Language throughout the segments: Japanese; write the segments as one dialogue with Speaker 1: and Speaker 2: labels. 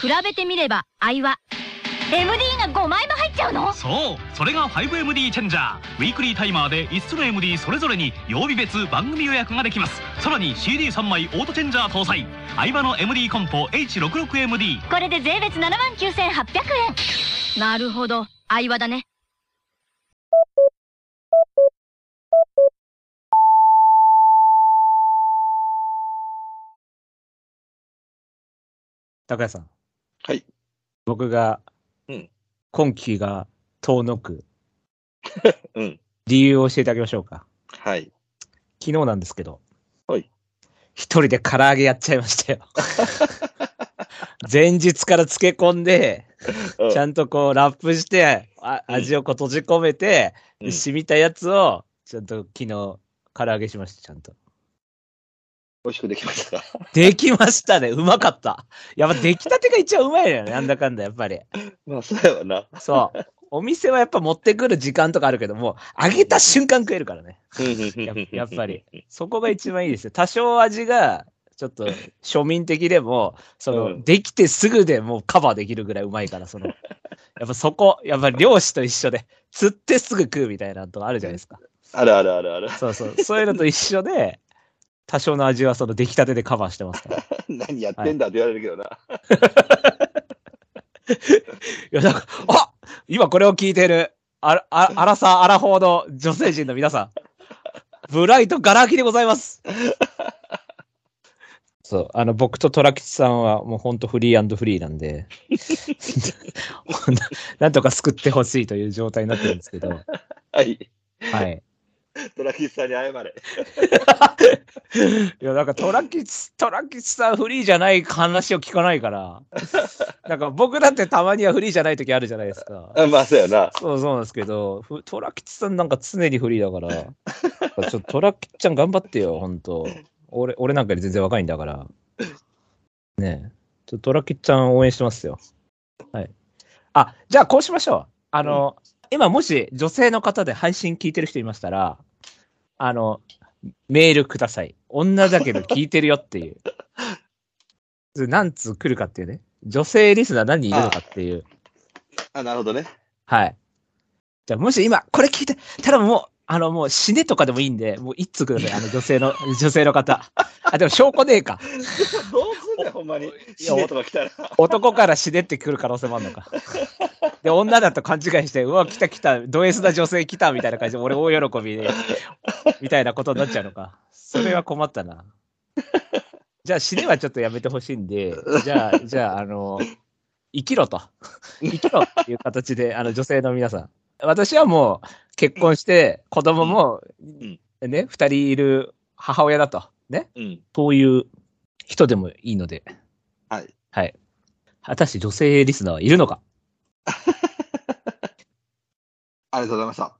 Speaker 1: 比べてみれば愛は MD が5枚も入っちゃうの
Speaker 2: そうそれが 5MD チェンジャーウィークリータイマーで5つの MD それぞれに曜日別番組予約ができますさらに CD3 枚オートチェンジャー搭載相場の MD コンポ H66MD
Speaker 1: これで税別7万9800円なるほど愛話だね
Speaker 3: 高谷さん、
Speaker 4: はい。
Speaker 3: 僕が、
Speaker 4: うん
Speaker 3: 今期が遠のく
Speaker 4: うん。
Speaker 3: 理由を教えてあげましょうか。
Speaker 4: はい。
Speaker 3: 昨日なんですけど、
Speaker 4: はい
Speaker 3: 一人で唐揚げやっちゃいま したよ。前日から漬け込んで、
Speaker 4: うん
Speaker 3: ちゃんとこうラップして、あ
Speaker 4: うん
Speaker 3: 味をこう閉じ込めて、
Speaker 4: うん
Speaker 3: 染みたやつを、ちゃんと昨日、唐揚げしました、ちゃんと。
Speaker 4: 美味しくできま したか
Speaker 3: できましたね。うまかった。やっぱ出来たてが一番うまいのよね。なんだかんだ、やっぱり。
Speaker 4: まあ、そうやわな。
Speaker 3: そう。お店はやっぱ持ってくる時間とかあるけども、揚げた瞬間食えるからね。ややっぱり。そこが一番いいですよ。多少味が、ちょっと庶民的でも、その、
Speaker 4: うん
Speaker 3: できてすぐでもうカバーできるぐらいうまいから、その、やっぱそこ、やっぱ漁師と一緒で、釣ってすぐ食うみたいなのとかあるじゃないですか。
Speaker 4: あるあるあるある。
Speaker 3: そうそう。そういうのと一緒で、多少の味はその出来たてでカバーしてますから。い
Speaker 4: 何やってんだって言われるけどな。
Speaker 3: や、だから、あ今これを聞いてる、あら、あアラサー、アラフォーの女性陣の皆さん、ブライトガラ空きでございます。そう、あの、僕とトラキチさんはもうほんとフリーフリーなんで、 ほんとなんとか救ってほしいという状態になってるんですけど、は
Speaker 4: はい。
Speaker 3: い。
Speaker 4: トラキスさんに謝れ。
Speaker 3: いや、なんかトラキチ、トラキチさんフリーじゃない話を聞かないから、なんか僕だってたまにはフリーじゃない時あるじゃないですか。
Speaker 4: あまあ、そうやな。
Speaker 3: そうそうなんですけど、ふトラキチさんなんか常にフリーだから、やっぱちょっとトラキチちゃん頑張ってよ、ほんと。俺、俺なんかより全然若いんだから。ねえ。ちょっとトラキチちゃん応援してますよ。はい。あ、じゃあこうしましょう。あの、今もし女性の方で配信聞いてる人いましたら、あの、メールください。女だけど聞いてるよっていう。 何通来るかっていうね。女性リスナー何人いるのかっていう。
Speaker 4: あ、なるほどね。
Speaker 3: はい。じゃあ、もし今、これ聞いて、ただもう、あの、もう死ねとかでもいいんで、もう一通ください。あの、女性の、女性の方。あ、でも証拠ねえか。
Speaker 4: どうすんねん、ほんまに。死ねとか来たら。
Speaker 3: 男から死ねってくる可能性もあるのか。で、女だと勘違いして、うわ、来た来た、ド S な女性来たみたいな感じで、俺大喜びで、みたいなことになっちゃうのか。それは困ったな。じゃあ死ねはちょっとやめてほしいんで、じゃあ、じゃあ、あの、生きろと。生きろっていう形で、あの、女性の皆さん。私はもう、結婚して、子供も、ね、二人いる母親だと。ね。
Speaker 4: うん。
Speaker 3: そういう人でもいいので。
Speaker 4: はい。
Speaker 3: はい。果たして女性リスナーはいるのか
Speaker 4: ありがとうございました。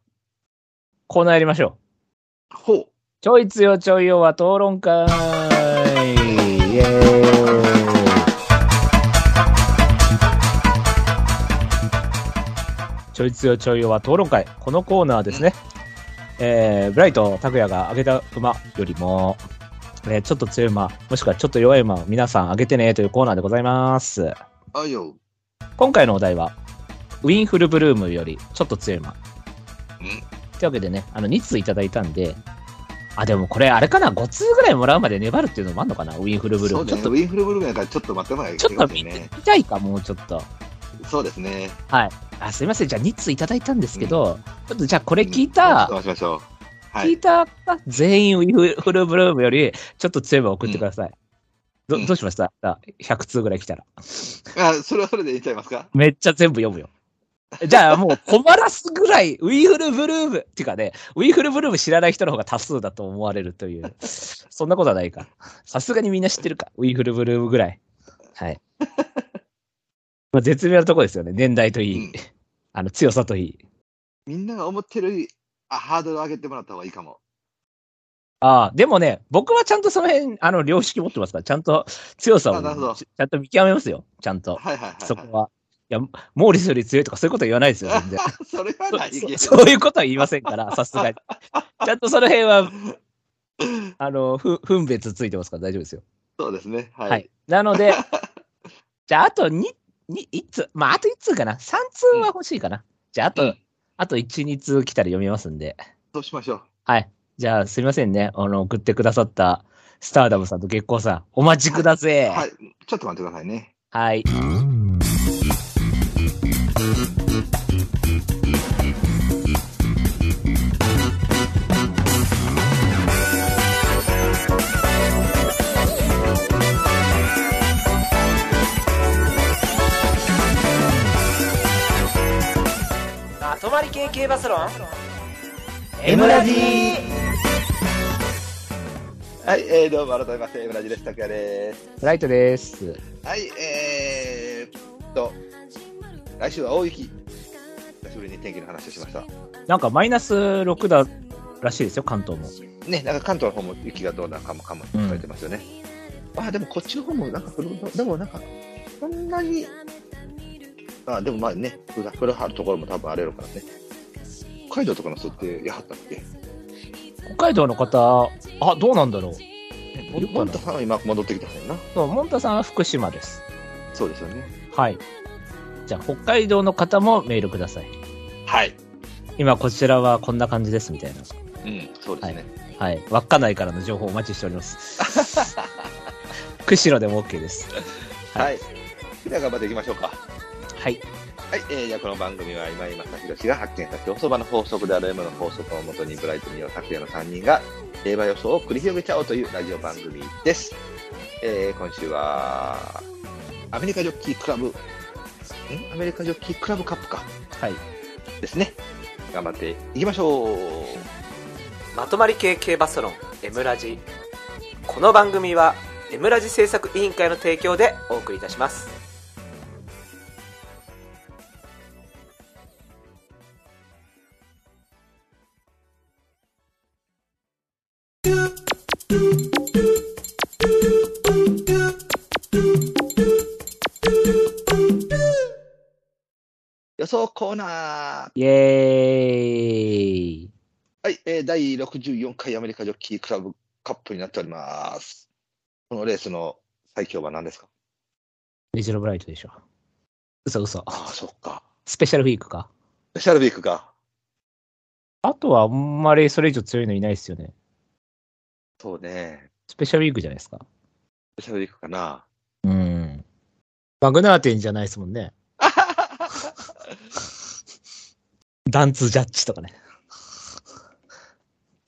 Speaker 3: コーナーやりましょう。
Speaker 4: ほう。
Speaker 3: ちょいつよちょいよは討論会イエーイちょいつよちょいよは討論会。このコーナーですね。えー、ブライト、拓也が上げた馬よりも、えーちょっと強い馬、もしくはちょっと弱い馬を皆さん上げてねというコーナーでございます。
Speaker 4: あいよ。
Speaker 3: 今回のお題は、ウィンフルブルームよりちょっと強い馬。というわけでね、あの、2通いただいたんで、あ、でもこれあれかな、5通ぐらいもらうまで粘るっていうのもあんのかな、ウィンフルブルー
Speaker 4: そ
Speaker 3: ム。
Speaker 4: う
Speaker 3: ち
Speaker 4: だ
Speaker 3: ょっ
Speaker 4: ね。
Speaker 3: と、
Speaker 4: ウィンフルブルームやからちょっと待ってもらえ
Speaker 3: ちょっと
Speaker 4: い
Speaker 3: 見
Speaker 4: け
Speaker 3: て
Speaker 4: ません
Speaker 3: み
Speaker 4: ね。
Speaker 3: たいか、もうちょっと。
Speaker 4: そうですね。
Speaker 3: はい。あ、すいません、じゃあ2通いただいたんですけど、ちょっとじゃあこ
Speaker 4: こ
Speaker 3: れ聞いた、
Speaker 4: どうしましょう。は
Speaker 3: 聞い
Speaker 4: い。
Speaker 3: た方全員ウィンフルブルームよりちょっと強い馬送ってください。ど
Speaker 4: うん
Speaker 3: どうしましたあ ?100 通ぐらい来たら。
Speaker 4: あ、それはそれでいっちゃいますか
Speaker 3: めっちゃ全部読むよ。じゃあもう困らすぐらい、ウ ィーフルブルーム、っていうかね、ウィーフルブルーム知らない人の方が多数だと思われるという、そんなことはないか。さすがにみんな知ってるか、ウィーフルブルームぐらい。はい。 まあ絶妙なとこですよね、年代といい、
Speaker 4: うん
Speaker 3: あの強さといい。
Speaker 4: みんなが思ってるあハードル上げてもらった方がいいかも。
Speaker 3: ああ、でもね、僕はちゃんとその辺、あの、良識持ってますから、ちゃんと強さ
Speaker 4: あなる
Speaker 3: を
Speaker 4: ほど
Speaker 3: ちゃんと見極めますよ、ちゃんと。
Speaker 4: はいはいはい、はい。
Speaker 3: そこは。いや、モーリスより強いとかそういうことは言わないですよ、全然。
Speaker 4: それはないけど。
Speaker 3: そそういうことは言いませんから、さすがに。ちゃんとその辺は、あの、ふ分別ついてますから大丈夫ですよ。
Speaker 4: そうですね。はい。
Speaker 3: はい。なので、じゃあ、あと2、に1通。まあ、あと1通かな。3通は欲しいかな。じゃあ、あと、
Speaker 5: うん
Speaker 3: あと1、2通来たら読みますんで。
Speaker 4: そうしましょう。
Speaker 3: はい。じゃあ、すいませんね。あの、送ってくださった、スターダムさんと月光さん、お待ちください。
Speaker 4: はい。ちょっと待ってくださいね。
Speaker 3: はい。まとまり系系バスロン
Speaker 5: M ラジ
Speaker 4: はい、えー、どうも改めまして、村地です。拓也です。
Speaker 3: ライトです。
Speaker 4: はい、えーっと、来週は大雪。久しぶりに天気の話をしました。
Speaker 3: なんかマイナス6だらしいですよ、関東も。
Speaker 4: ね、なんか関東の方も雪がどうなのかもかもって書いてますよね。ああ、でもこっちの方もなんか降るの、でもなんか、そんなに、ああ、でもまあね、降ら降らはるところも多分荒れるからね。北海道とかの人ってやはったっけ
Speaker 3: 北海道の方、あ、どうなんだろう。
Speaker 4: ももんたさんは今戻ってきたんやな。
Speaker 3: そう、モンタさんは福島です。
Speaker 4: そうですよね。
Speaker 3: はい。じゃあ、北海道の方もメールください。
Speaker 4: はい。
Speaker 3: 今、こちらはこんな感じです、みたいな。
Speaker 4: うん、そうですね。
Speaker 3: はい。稚内からの情報お待ちしており ます。釧路でも OK です。
Speaker 4: はい。では頑張っていきましょうか。
Speaker 3: はい。
Speaker 4: はい、えー、じゃあこの番組は今井正弘氏が発見した競走馬の法則である M の法則をもとにブライトミオ拓也の3人が競馬予想を繰り広げちゃおうというラジオ番組です。えー、今週は、アメリカジョッキークラブ、んアメリカジョッキークラブカップか。
Speaker 3: はい。
Speaker 4: ですね。頑張っていきましょう。
Speaker 6: まとまり系系バスロン M ラジこの番組は M ラジ制作委員会の提供でお送りいたします
Speaker 4: 予想コーナー。
Speaker 3: イエーイ。
Speaker 4: はい、えー第64回アメリカジョッキークラブカップになっております。このレースの最強は何ですか
Speaker 3: レジロブライトでしょ。嘘嘘。
Speaker 4: ああ、そっか。
Speaker 3: スペシャルウィークか。
Speaker 4: スペシャルビークか。
Speaker 3: あとは、あんまりそれ以上強いのいないですよね。
Speaker 4: そうね。
Speaker 3: スペシャルウィークじゃないですか。
Speaker 4: スペシャルビークかな。
Speaker 3: うん。マグナーテンじゃないですもん ね。ダンツジャッジとかね。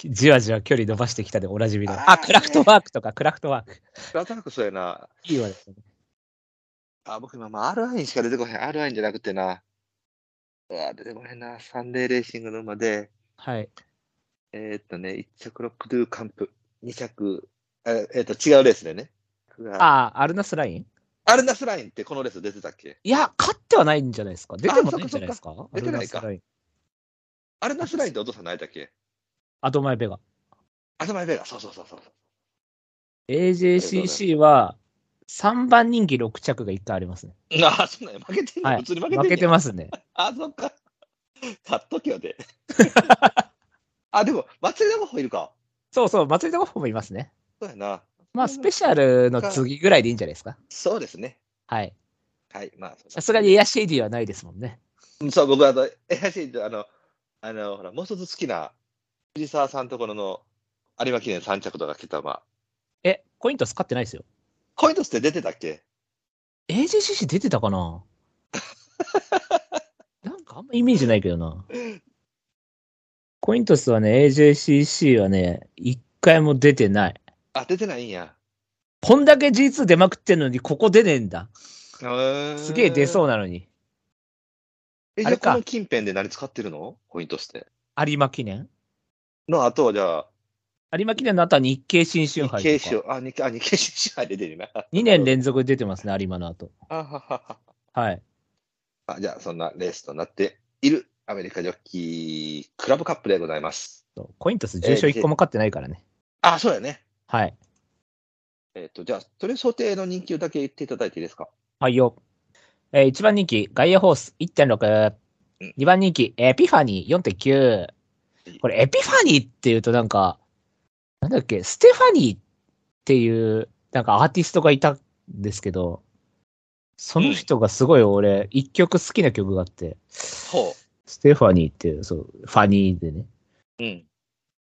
Speaker 3: じわじわ距離伸ばしてきたでおなじみの。あ、
Speaker 4: あー
Speaker 3: クラフトワークとか、クラフトワーク。
Speaker 4: なんとなくそうやな。
Speaker 3: いいわですよね。
Speaker 4: あ、僕今、まあ、R ラインしか出てこへん。R ラインじゃなくてな。うわ、出てこへんな。サンデーレーシングの馬で、
Speaker 3: はい。
Speaker 4: えーっとね、1着ロックドゥカンプ、2着、ええーっと、違うレースでね。あ
Speaker 3: あー、アルナスライン
Speaker 4: アルナスラインってこのレース出てたっけ
Speaker 3: いや、勝ってはないんじゃないですか。出てもないんじゃないですか。
Speaker 4: っか出てないか
Speaker 3: アルナスライン
Speaker 4: アルナスラインってお父さん何やったっけ
Speaker 3: アドマイベガ。
Speaker 4: アドマイベガ、そうそうそうそう。
Speaker 3: AJCC は3番人気6着が1回ありますね。
Speaker 4: ああ、そんなんや負けてんねん
Speaker 3: はい
Speaker 4: 普通に負けてんねん
Speaker 3: 負けてますね。
Speaker 4: あ、そっか。買っとけよで。あ、でも、松井の方いるか。
Speaker 3: そうそう、祭りの方もいますね。
Speaker 4: そうやな。
Speaker 3: まあ、スペシャルの次ぐらいでいいんじゃないですか。
Speaker 4: そうですね。
Speaker 3: はい。
Speaker 4: はい、まあ。
Speaker 3: さすがにエアシェイディはないですもんね。
Speaker 4: そう、僕はあの、えやし、あの、あの、ほら、もう一つ好きな、藤沢さんところの有馬記念3着とか来たま。
Speaker 3: え、コイントス勝ってないですよ。
Speaker 4: コイントスって出てたっけ
Speaker 3: AJCC 出てたかななんかあんまイメージないけどな。コイントスはね、AJCC はね、一回も出てない。
Speaker 4: あ、出てないんや。
Speaker 3: こんだけ G2 出まくってんのに、ここ出ねえんだ。す
Speaker 4: す
Speaker 3: げえ出そう
Speaker 4: う
Speaker 3: なのに。
Speaker 4: ーん。え、
Speaker 3: あ
Speaker 4: じゃ
Speaker 3: れ
Speaker 4: あ
Speaker 3: か
Speaker 4: この近辺で何使ってるのコイントスって。
Speaker 3: 有馬記念
Speaker 4: の、あとはじゃあ、
Speaker 3: 有馬記念の後は日経新春
Speaker 4: 日
Speaker 3: 杯
Speaker 4: 経
Speaker 3: とか。
Speaker 4: 賞、あ、日経、あ、日経新春杯出てるな。
Speaker 3: 2年連続で出てますね、有馬の後。
Speaker 4: あははは。
Speaker 3: はい。
Speaker 4: あじゃあ、そんなレースとなっているアメリカジョッキークラブカップでございます。
Speaker 3: そうコイントス重賞1個も勝ってないからね。
Speaker 4: あ、そうだよね。
Speaker 3: はい。
Speaker 4: えっ、と、じゃあ、それ想定の人気をだけ言っていただいていいですか。
Speaker 3: はいよ。えー、1番人気、ガイアホース1.6
Speaker 4: うん。
Speaker 3: 2番人気、エピファニー4.9。これ、エピファニーっていうとなんか、なんだっけ、ステファニーっていう、なんかアーティストがいたんですけど、その人がすごい俺、一曲好きな曲があって、
Speaker 4: ほ
Speaker 3: ステファニーっていう、そう、ファニーでね。
Speaker 4: う。うん。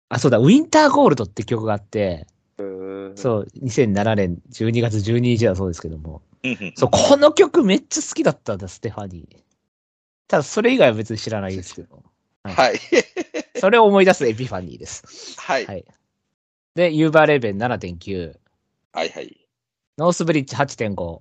Speaker 3: あ、そうだ、ウィンターゴールドって曲があって、
Speaker 4: う。
Speaker 3: そう、2007年12月12日だそうですけども。
Speaker 4: うん
Speaker 3: そう、この曲めっちゃ好きだったんだ、ステファニー。ただ、それ以外は別に知らないですけど。
Speaker 4: はい。
Speaker 3: それを思い出すエピファニーです。
Speaker 4: はい。
Speaker 3: は
Speaker 4: はい
Speaker 3: い。で、ユーバーレーベン7.9、
Speaker 4: はい。
Speaker 3: ノースブリッジ8.5。こ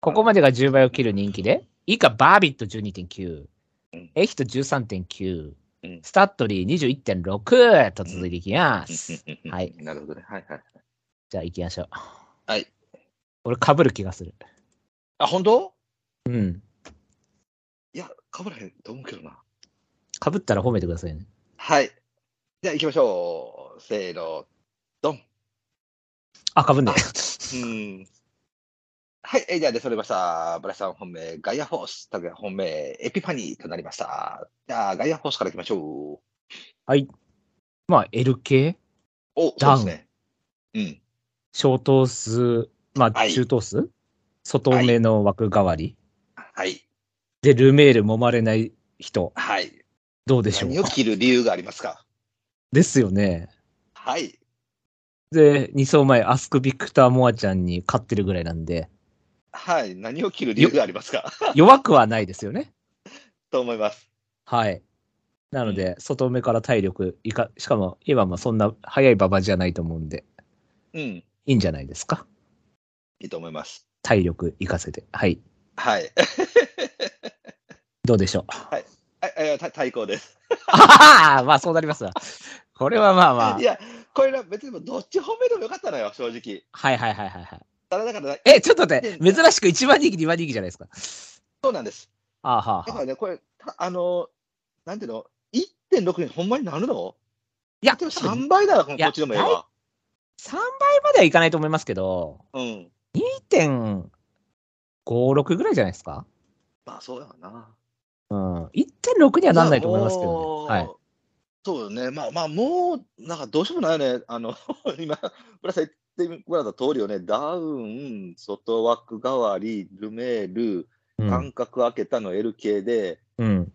Speaker 3: こまでが10倍を切る人気で、以下、バービット12.9
Speaker 4: うん、
Speaker 3: エヒト13.9
Speaker 4: うん、
Speaker 3: スタッドリー21.6と続いていきます。
Speaker 4: うんうんうん
Speaker 3: はい
Speaker 4: なるほどね。はいはい。
Speaker 3: じゃあ行きましょう。
Speaker 4: はい。
Speaker 3: 俺、被る気がする。
Speaker 4: あ、本当
Speaker 3: うん。
Speaker 4: いや、かぶらへんと思うけどな。
Speaker 3: 被ったら褒めてくださいね。
Speaker 4: はい。じゃあ行きましょう。せーの、ドン。
Speaker 3: あ、被んない。
Speaker 4: うんはい、えーじゃあ出それました。ブラシさん本命、ガイアフォース、タグヤ本命、エピファニーとなりました。じゃあ、ガイアフォースからいきましょう。
Speaker 3: まあ、L 系
Speaker 4: お、
Speaker 3: ダウン
Speaker 4: そうですね。
Speaker 3: 小等数、ま
Speaker 4: は
Speaker 3: あ、
Speaker 4: い
Speaker 3: 中等数、外目の枠代わり。
Speaker 4: うん。はい。
Speaker 3: で、ルメール揉まれない人、
Speaker 4: はい。
Speaker 3: どうでしょう
Speaker 4: 何を切る理由がありますか
Speaker 3: ですよね。
Speaker 4: はい。
Speaker 3: で、2走前、アスク・ビクター・モアちゃんに勝ってるぐらいなんで、
Speaker 4: はい。何を切る理由がありますか
Speaker 3: 弱くはないですよね。
Speaker 4: と思います。
Speaker 3: はい。なので、外目から体力いか、しかも今もそんな速い馬場じゃないと思うんで、
Speaker 4: うん。い
Speaker 3: いいんじゃないですか。
Speaker 4: いと思います。
Speaker 3: 体力活かせて。はい。
Speaker 4: はい。
Speaker 3: どうでしょう。
Speaker 4: はいえーた対抗です。
Speaker 3: ああまあそうなりますわ。これはまあまあ
Speaker 4: い。や、これな、別にもうどっち褒めてもよかったのよ、正直。
Speaker 3: はいはいはいはいはい。
Speaker 4: ただだから、
Speaker 3: え、ちょっと待って、珍しく1番人気、2番人気じゃないですか。
Speaker 4: そうなんです。
Speaker 3: あーはー
Speaker 4: だか
Speaker 3: はー
Speaker 4: らね、これ、たあのー、なんていうの、1.6にほんまになるの
Speaker 3: いや、
Speaker 4: でも
Speaker 3: 多分
Speaker 4: 3倍だな、この
Speaker 3: いや
Speaker 4: こっちでもええわ。
Speaker 3: 3倍まではいかないと思いますけど、
Speaker 4: うん。
Speaker 3: 1.56ぐらいじゃないですか。
Speaker 4: まあ、そうやわな。
Speaker 3: うん。1.6にはなんないと思いますけど
Speaker 4: もう
Speaker 3: ね。はい。
Speaker 4: そうよね。まあ、まあ、もう、なんかどうしようもないよね。あの、 今、村さん言ってもらった通りよね。ダウン、外枠代わり、ルメール、
Speaker 3: うん
Speaker 4: 間隔開けたの L 系で、
Speaker 3: うん。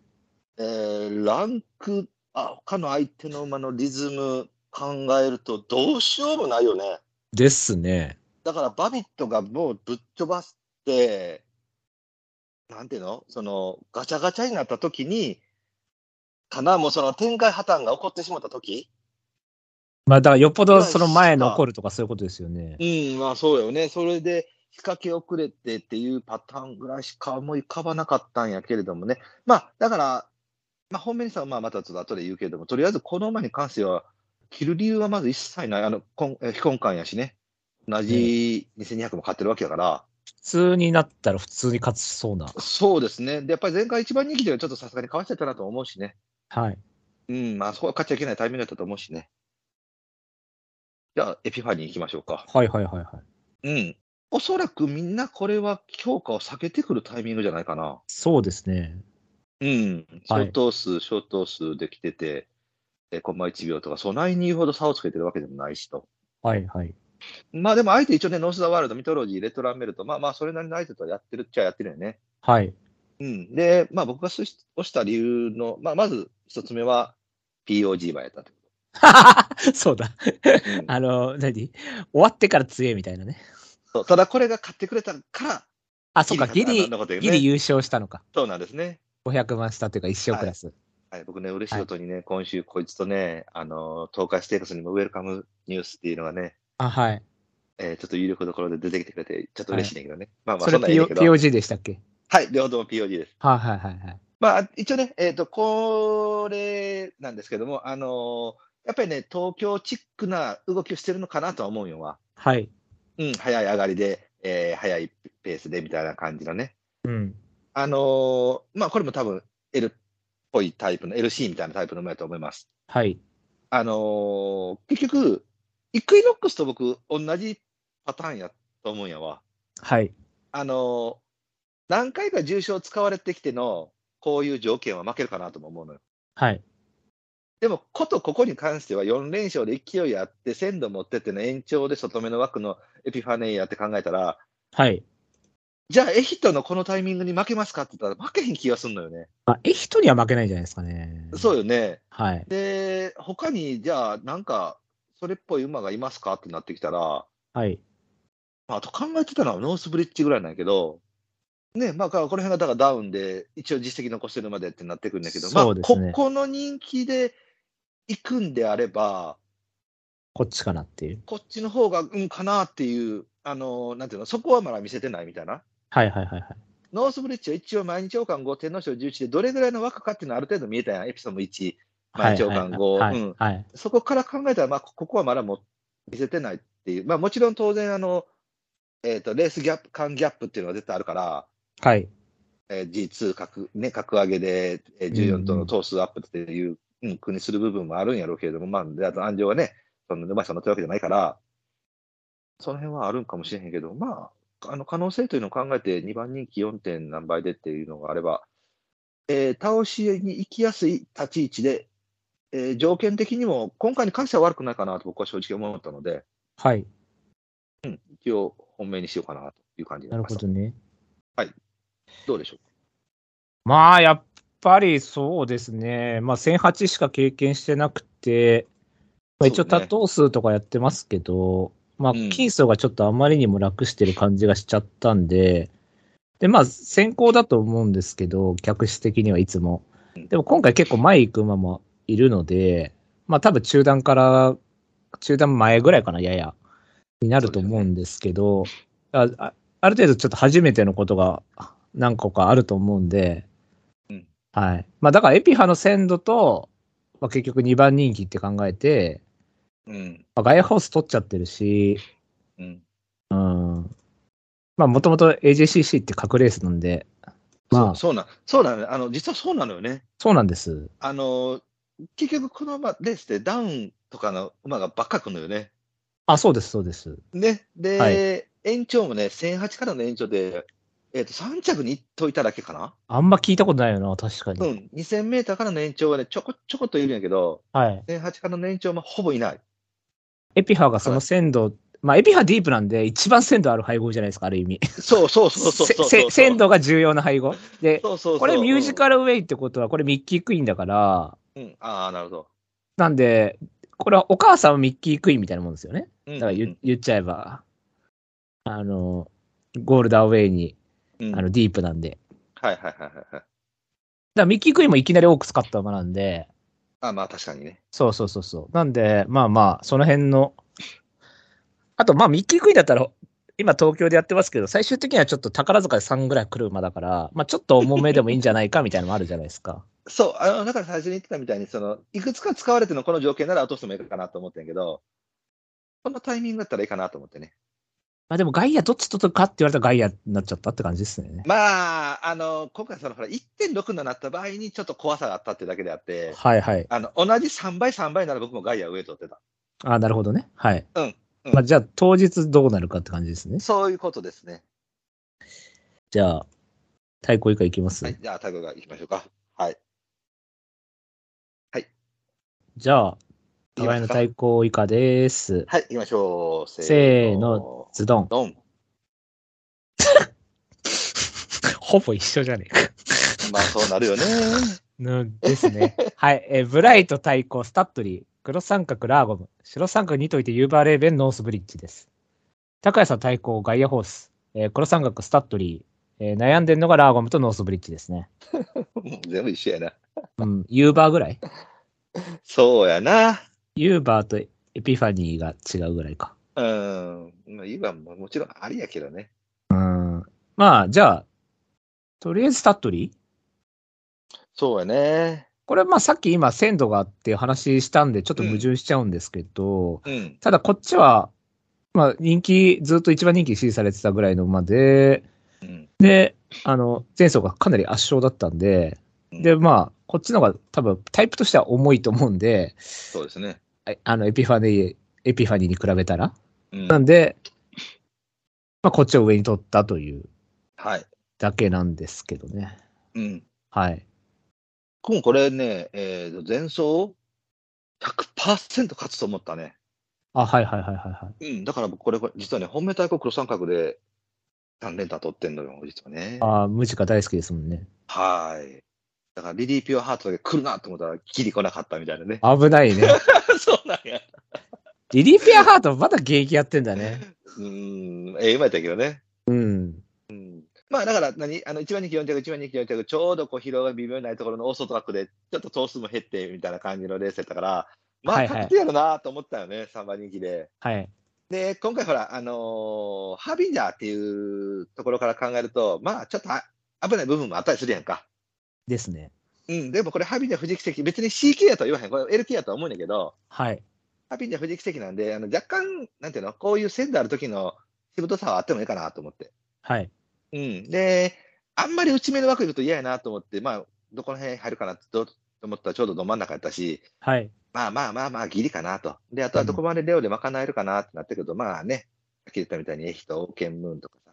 Speaker 4: えーランク、あ、他の相手の馬のリズム考えると、どうしようもないよね。
Speaker 3: ですね。
Speaker 4: だからバビットがもうぶっ飛ばして、なんていうのそのガチャガチャになった時に、かなもうその展開破綻が起こってしまった時
Speaker 3: まあ、だからよっぽどその前の残るとかそういうことですよね。
Speaker 4: うん、まあそうよね。それで仕掛け遅れてっていうパターンぐらいしか思い浮かばなかったんやけれどもね。まあだから、まあ本命さんはまあまたちょっと後で言うけれども、とりあえずこの馬に関しては、着る理由はまず一切ない。あの、こんえ非婚感やしね。同じ2200も買ってるわけだから。
Speaker 3: 普通になったら普通に勝ちそうな。
Speaker 4: そうですね。で、やっぱり前回一番人気ではちょっとさすがにかわしちゃったなと思うしね。
Speaker 3: はい。
Speaker 4: うん、まあそこは勝っちゃいけないタイミングだったと思うしね。じゃあ、エピファニー行きましょうか。
Speaker 3: はいはいはいはい。
Speaker 4: うん。おそらくみんなこれは強化を避けてくるタイミングじゃないかな。
Speaker 3: そうですね。
Speaker 4: うん。
Speaker 3: はい
Speaker 4: 小等数、小等数できてて、えコンマ1秒とか、そないに言うほど差をつけてるわけでもないしと。
Speaker 3: はいはい。
Speaker 4: まあでも、相手一応ね、ノース・ザ・ワールド、ミトロジー、レトランベルト、まあまあ、それなりの相手とはやってるっちゃやってるよね。
Speaker 3: はい。
Speaker 4: うん、で、まあ、僕が押し押した理由の、まあ、まず一つ目は POG 馬やったってこ
Speaker 3: そうだ。
Speaker 4: と、うん
Speaker 3: あの、何終わってから強いみたいなね。
Speaker 4: そうただこれが買ってくれたから、
Speaker 3: あ、そっか、ギ
Speaker 4: 勝ったあん
Speaker 3: リ
Speaker 4: な、こと言う
Speaker 3: ギ
Speaker 4: ね
Speaker 3: リ優勝したのか。
Speaker 4: そうなんですね。
Speaker 3: 500万したというか、一生クラス。
Speaker 4: はい、僕ね、嬉しいことにね、今週こいつとね、あの、東海ステークスにもウェルカムニュースっていうのがね、
Speaker 3: あ、はい。
Speaker 4: えーちょっと有力どころで出てきてくれて、ちょっと嬉しいんだけどね。まあまあ、
Speaker 3: そ
Speaker 4: そ
Speaker 3: れ
Speaker 4: んなんええねん
Speaker 3: PO
Speaker 4: けど。
Speaker 3: POG でしたっけ
Speaker 4: はい、両方とも POG です。
Speaker 3: はいはいはいはい。
Speaker 4: まあ、一応ね、えっ、と、これなんですけども、あのやっぱりね、東京チックな動きをしてるのかなとは思うよは。
Speaker 3: はい。
Speaker 4: うん、早い上がりで、えー早いペースでみたいな感じのね。
Speaker 3: うん。
Speaker 4: あのーまあ、これも多分 L っぽいタイプの、LC みたいなタイプの馬やと思います。
Speaker 3: はい。
Speaker 4: あのー結局、イクイノックスと僕、同じパターンやと思うんやわ。
Speaker 3: はい。
Speaker 4: あのー何回か重賞使われてきての、こういう条件は負けるかなとも思うのよ。
Speaker 3: はい。
Speaker 4: でも、ことここに関しては4連勝で勢いあって、鮮度持ってってね、延長で外目の枠のエピファネイアって考えたら、
Speaker 3: はい。
Speaker 4: じゃあ、エヒトのこのタイミングに負けますかって言ったら、負けへん気がすんのよね。
Speaker 3: まあ、エヒトには負けないんじゃないですかね。。
Speaker 4: そううよね。
Speaker 3: はい。
Speaker 4: で、他に、じゃあ、なんか、それっぽい馬がいますかってなってきたら、
Speaker 3: はい。
Speaker 4: まあ、あと考えてたのはノースブリッジぐらいなんやけど、ね、まあ、この辺がだからダウンで、一応実績残してるまでってなってくるんだけど、まあ、
Speaker 3: そうです
Speaker 4: こ
Speaker 3: ね
Speaker 4: この人気で行くんであれば、
Speaker 3: こっちかなっていう。
Speaker 4: こっちの方が、うん、かなっていう、あの、なんていうの、そこはまだ見せてないみたいな。
Speaker 3: はいはいはいはい。
Speaker 4: ノースブリッジは一応毎日王冠5、天皇賞11で、どれぐらいの枠かっていうのはある程度見えたやん、エピソード1。毎日王冠5。
Speaker 3: はいはい
Speaker 4: うん
Speaker 3: はいはい。
Speaker 4: そこから考えたら、まあ、こここはまだも見せてないっていう、まあ、もちろん当然あの、えーと、レースギャップ間ギャップっていうのは絶対あるから、
Speaker 3: はい。
Speaker 4: えー G2 格,、ね、格上げで、えー14との頭数アップっていう、うん、国する部分もあるんやろうけれども、まあ、であと安城はね、その沼井さん乗ってるわけじゃないから、その辺はあるんかもしれへんけど、まあ、あの可能性というのを考えて、2番人気 4. 点何倍でっていうのがあれば、えー倒しに行きやすい立ち位置で、えー条件的にも今回に関しては悪くないかなと僕は正直思ったので、
Speaker 3: はい。
Speaker 4: 一応本命にしようかなという感じにな
Speaker 3: な
Speaker 4: り
Speaker 3: るほ
Speaker 4: ました。
Speaker 3: どね。
Speaker 4: どうでしょう
Speaker 3: まあ、やっぱりそうですね。まあ、1008しか経験してなくて、まあ、一
Speaker 4: そ
Speaker 3: 応
Speaker 4: うね
Speaker 3: 多頭数とかやってますけど、まあ、
Speaker 4: うん
Speaker 3: キー層がちょっとあまりにも楽してる感じがしちゃったんで、で、まあ、先行だと思うんですけど、客室的にはいつも。でも今回結構前行く馬もいるので、まあ、多分中段から、中段前ぐらいかな、やや、になると思うんですけど、ああある程度ちょっと初めてのことが何個かあると思うんで、
Speaker 4: うん
Speaker 3: はい。まあだからエピハの鮮度と、まあ、結局2番人気って考えて、。
Speaker 4: うん。
Speaker 3: まあ、ガイアホース取っちゃってるし、
Speaker 4: うん。
Speaker 3: うん。まあもともと AJCC って格レースなんで、まあ
Speaker 4: そうそうな、そうなのよあの、実はそうなのよね。
Speaker 3: そうなんです。
Speaker 4: あの、結局このまレースでダウンとかの馬がばっかくのよね。
Speaker 3: あ、そうです、そうです。
Speaker 4: ね。で、
Speaker 3: は
Speaker 4: 延長もね、1008からの延長で、えっ、と、3着に行っといただけかな。
Speaker 3: あんま聞いたことないよな、確かに。
Speaker 4: うん。2000メーターからの延長はね、ちょこちょこっといるんやけど、
Speaker 3: はい。
Speaker 4: 1008からの延長もほぼいない。
Speaker 3: エピハがその鮮度、まあエピハディープなんで一番鮮度ある配合じゃないですか、ある意味。
Speaker 4: そうそうそうそうそうそう
Speaker 3: せせ鮮度が重要な配合。で、
Speaker 4: そうそうそう。
Speaker 3: これミュージ
Speaker 4: ル。
Speaker 3: カルウェイってことは、これミッキークイーンだから、
Speaker 4: うん。ああ、なるほど。
Speaker 3: なんで、これはお母さんはミッキー・クイーンみたいなもんですよね。
Speaker 4: う
Speaker 3: だ
Speaker 4: ん
Speaker 3: から言,、言っちゃえば、あの、ゴールダーウェイに、
Speaker 4: うん
Speaker 3: あの、ディープなんで。だか
Speaker 4: はいはいはいはいはい。
Speaker 3: らミッキー・クイーンもいきなり多く使った馬なんで、
Speaker 4: あまあ確かにね。
Speaker 3: そうそうそうそう。なんで、まあまあ、その辺の、あと、まあ、ミッキー・クイーンだったら、今東京でやってますけど、最終的にはちょっと宝塚で3ぐらい来る馬だから、まあちょっと重めでもいいんじゃないかみたいなのもあるじゃないですか。
Speaker 4: そう、あの、だから最初に言ってたみたいに、その、いくつか使われてのこの条件なら落としてもいいかなと思ってんけど、このタイミングだったらいいかなと思ってね。
Speaker 3: まあでもガイアどっち取るかって言われたらガイアになっちゃったって感じですね。
Speaker 4: まあ、あの、今回その、ほら、1.6になった場合にちょっと怖さがあったってだけであって、
Speaker 3: はいはい。
Speaker 4: あの、同じ3倍、3倍なら僕もガイア上取ってた。
Speaker 3: あなるほどね。はい。
Speaker 4: うんうん
Speaker 3: まあ、じゃあ、当日どうなるかって感じですね。
Speaker 4: そういうことですね。
Speaker 3: じゃあ、対抗以下いきます、
Speaker 4: はい。じゃあ、タグが行きましょうか。はい。
Speaker 3: じゃあ、
Speaker 4: いきま
Speaker 3: 互い
Speaker 4: す
Speaker 3: の
Speaker 4: か
Speaker 3: 対抗以下です。
Speaker 4: はい、行きましょう。
Speaker 3: せーの。ズドン。
Speaker 4: ドン。
Speaker 3: ほぼ一緒じゃねえか。
Speaker 4: まあ、そうなるよね。
Speaker 3: のですね。はい。えーブライト対抗スタッドリー。黒三角ラーゴム。白三角にといてユーバーレーベンノースブリッジです。高谷さん対抗ガイアホース。えー黒三角スタッドリー。えー悩んでんのがラーゴムとノースブリッジですね。
Speaker 4: もう全部一緒やな。
Speaker 3: うん。ユーバーぐらい
Speaker 4: そうやな。
Speaker 3: ユーバーとエピファニーが違うぐらいか。
Speaker 4: うん。まあ、今ももちろんありやけどね。
Speaker 3: うんまあ、じゃあ、とりあえずスタッドリー
Speaker 4: そうやね。
Speaker 3: これ、まあ、さっき今、鮮度があって話したんで、ちょっと矛盾しちゃうんですけど、
Speaker 4: うん。
Speaker 3: ただこっちは、まあ、人気、ずっと一番人気支持されてたぐらいの馬で、
Speaker 4: うん
Speaker 3: で、あの、前走がかなり圧勝だったんで、
Speaker 4: うん
Speaker 3: で、まあ、こっちの方が多分、タイプとしては重いと思うんで、
Speaker 4: そうですね。
Speaker 3: ああの、エピファニー、エピファニーに比べたら。
Speaker 4: うん
Speaker 3: なんで、まあ、こっちを上に取ったという
Speaker 4: はい。
Speaker 3: だけなんですけどね。
Speaker 4: うん。
Speaker 3: はい。
Speaker 4: もうこれね、えーと、前走100%勝つと思ったね。
Speaker 3: あ、はいはいはいはいはい。
Speaker 4: うん。だから僕これ、これ実はね、本命対抗黒三角で、 3連単取ってんのよ、実はね。
Speaker 3: ああ、ムジカ大好きですもんね。。
Speaker 4: はい。だから、リリー・ピュアハートだけ来るなと思ったら、ギリ来なかったみたいな ね
Speaker 3: 危ないね。
Speaker 4: そうなんや。
Speaker 3: リリー・ピアハートまだ現役やってんだね。
Speaker 4: うーん、ええ、今やったけどね。
Speaker 3: うん。
Speaker 4: まあ、だから何、あの、1番人気4着、1番人気4着、ちょうどこう、疲労が微妙にないところのオーソドラックで、ちょっと頭数も減って、みたいな感じのレースやったから、ま
Speaker 3: は
Speaker 4: あ、
Speaker 3: いはい
Speaker 4: 確定やろなと思ったよね、3番人気で。
Speaker 3: はい。
Speaker 4: で、今回ほら、あのーハービンジャーっていうところから考えると、まあ、ちょっとあ危ない部分もあったりするやんか。
Speaker 3: ですね。
Speaker 4: うん、でもこれ、ハービンジャー、富士奇跡、別に CK やとは言わへん、これ LT やとは思うんだけど、
Speaker 3: はい。
Speaker 4: ハービンジャー、富士奇跡なんで、あの若干、なんていうの、こういう鮮度ある時のしぶとさはあってもいいかなと思って。
Speaker 3: はい。
Speaker 4: うん、で、あんまり内目の枠いると嫌やなと思って、まあ、どこの辺入るかなと思ったら、ちょうどど真ん中やったし、
Speaker 3: はい。
Speaker 4: まあまあまあまあ、ギリかなと。で、あとはどこまでレオで賄えるかなってなったけど、まあね、さっき言ったみたいに、エヒト、オーケンムーンとかさ、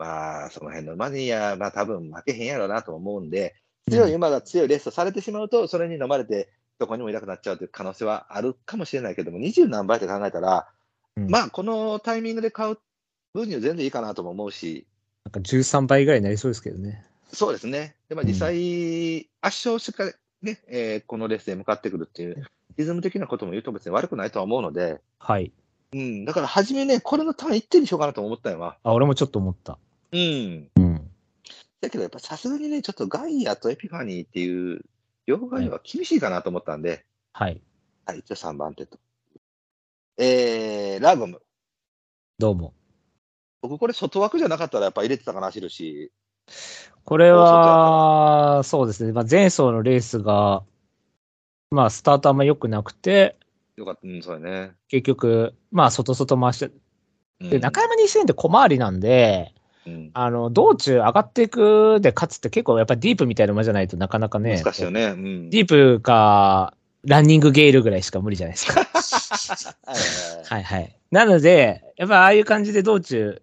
Speaker 4: まあ、その辺の馬には、まあ多分負けへんやろうなと思うんで、強い馬が強いレースをされてしまうと、それに飲まれて、どこにもいなくなっちゃうという可能性はあるかもしれないけども、20何倍って考えたら、
Speaker 3: うん
Speaker 4: まあ、このタイミングで買う分には全然いいかなとも思うし、
Speaker 3: なんか13倍ぐらいになりそうですけどね。
Speaker 4: そうですね。で、まあ、
Speaker 3: うん
Speaker 4: 実際、圧勝しかね、えーこのレースで向かってくるっていう、リズム的なことも言うと別に悪くないとは思うので、
Speaker 3: はい。
Speaker 4: うん、だから初めね、これのターン1点にしようかなと思ったよな。
Speaker 3: あ、俺もちょっと思った。
Speaker 4: うん。
Speaker 3: うん。
Speaker 4: だけど、やっぱさすがにね、ちょっとガイアとエピファニーっていう、両方には厳しいかなと思ったんで、
Speaker 3: はい。
Speaker 4: はい、一応3番手と。えー、ラゴム。
Speaker 3: どうも。
Speaker 4: 僕、これ外枠じゃなかったらやっぱ入れてたかな、印。
Speaker 3: これは、そうですね。まあ、前走のレースが、まあ、スタートあんま良くなくて、
Speaker 4: よかった、うん、そうだね。
Speaker 3: 結局、まあ、外外回して、
Speaker 4: うん
Speaker 3: で、中山2000って小回りなんで、
Speaker 4: うん、
Speaker 3: あの、道中上がっていくで勝つって結構やっぱディープみたいな馬じゃないとなかなかね、
Speaker 4: 難しいよね。うん。
Speaker 3: ディープか、ランニングゲールぐらいしか無理じゃないですか。
Speaker 4: はいはいはい
Speaker 3: はいはい。なので、やっぱああいう感じで道中っ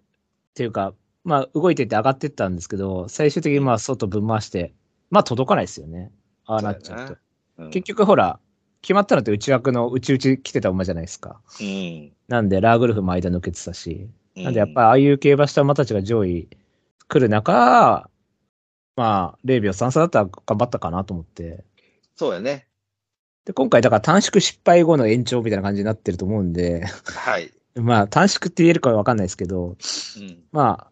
Speaker 3: ていうか、まあ動いてって上がってったんですけど、最終的にまあ外ぶん回して、まあ届かないですよね。ああなっちゃう
Speaker 4: そうだよ
Speaker 3: と
Speaker 4: ね。うん
Speaker 3: 結局ほら、決まったのって内枠の内々来てた馬じゃないですか。
Speaker 4: うん。
Speaker 3: なんでラーグルフも間抜けてたし、
Speaker 4: な
Speaker 3: なんでやっぱああいう競馬した馬たちが上位来る中、まあ0秒33だったら頑張ったかなと思って。
Speaker 4: そうやね。
Speaker 3: で、今回だから短縮失敗後の延長みたいな感じになってると思うんで、
Speaker 4: はい。
Speaker 3: まあ短縮って言えるかはわかんないですけど、
Speaker 4: うん。
Speaker 3: まあ、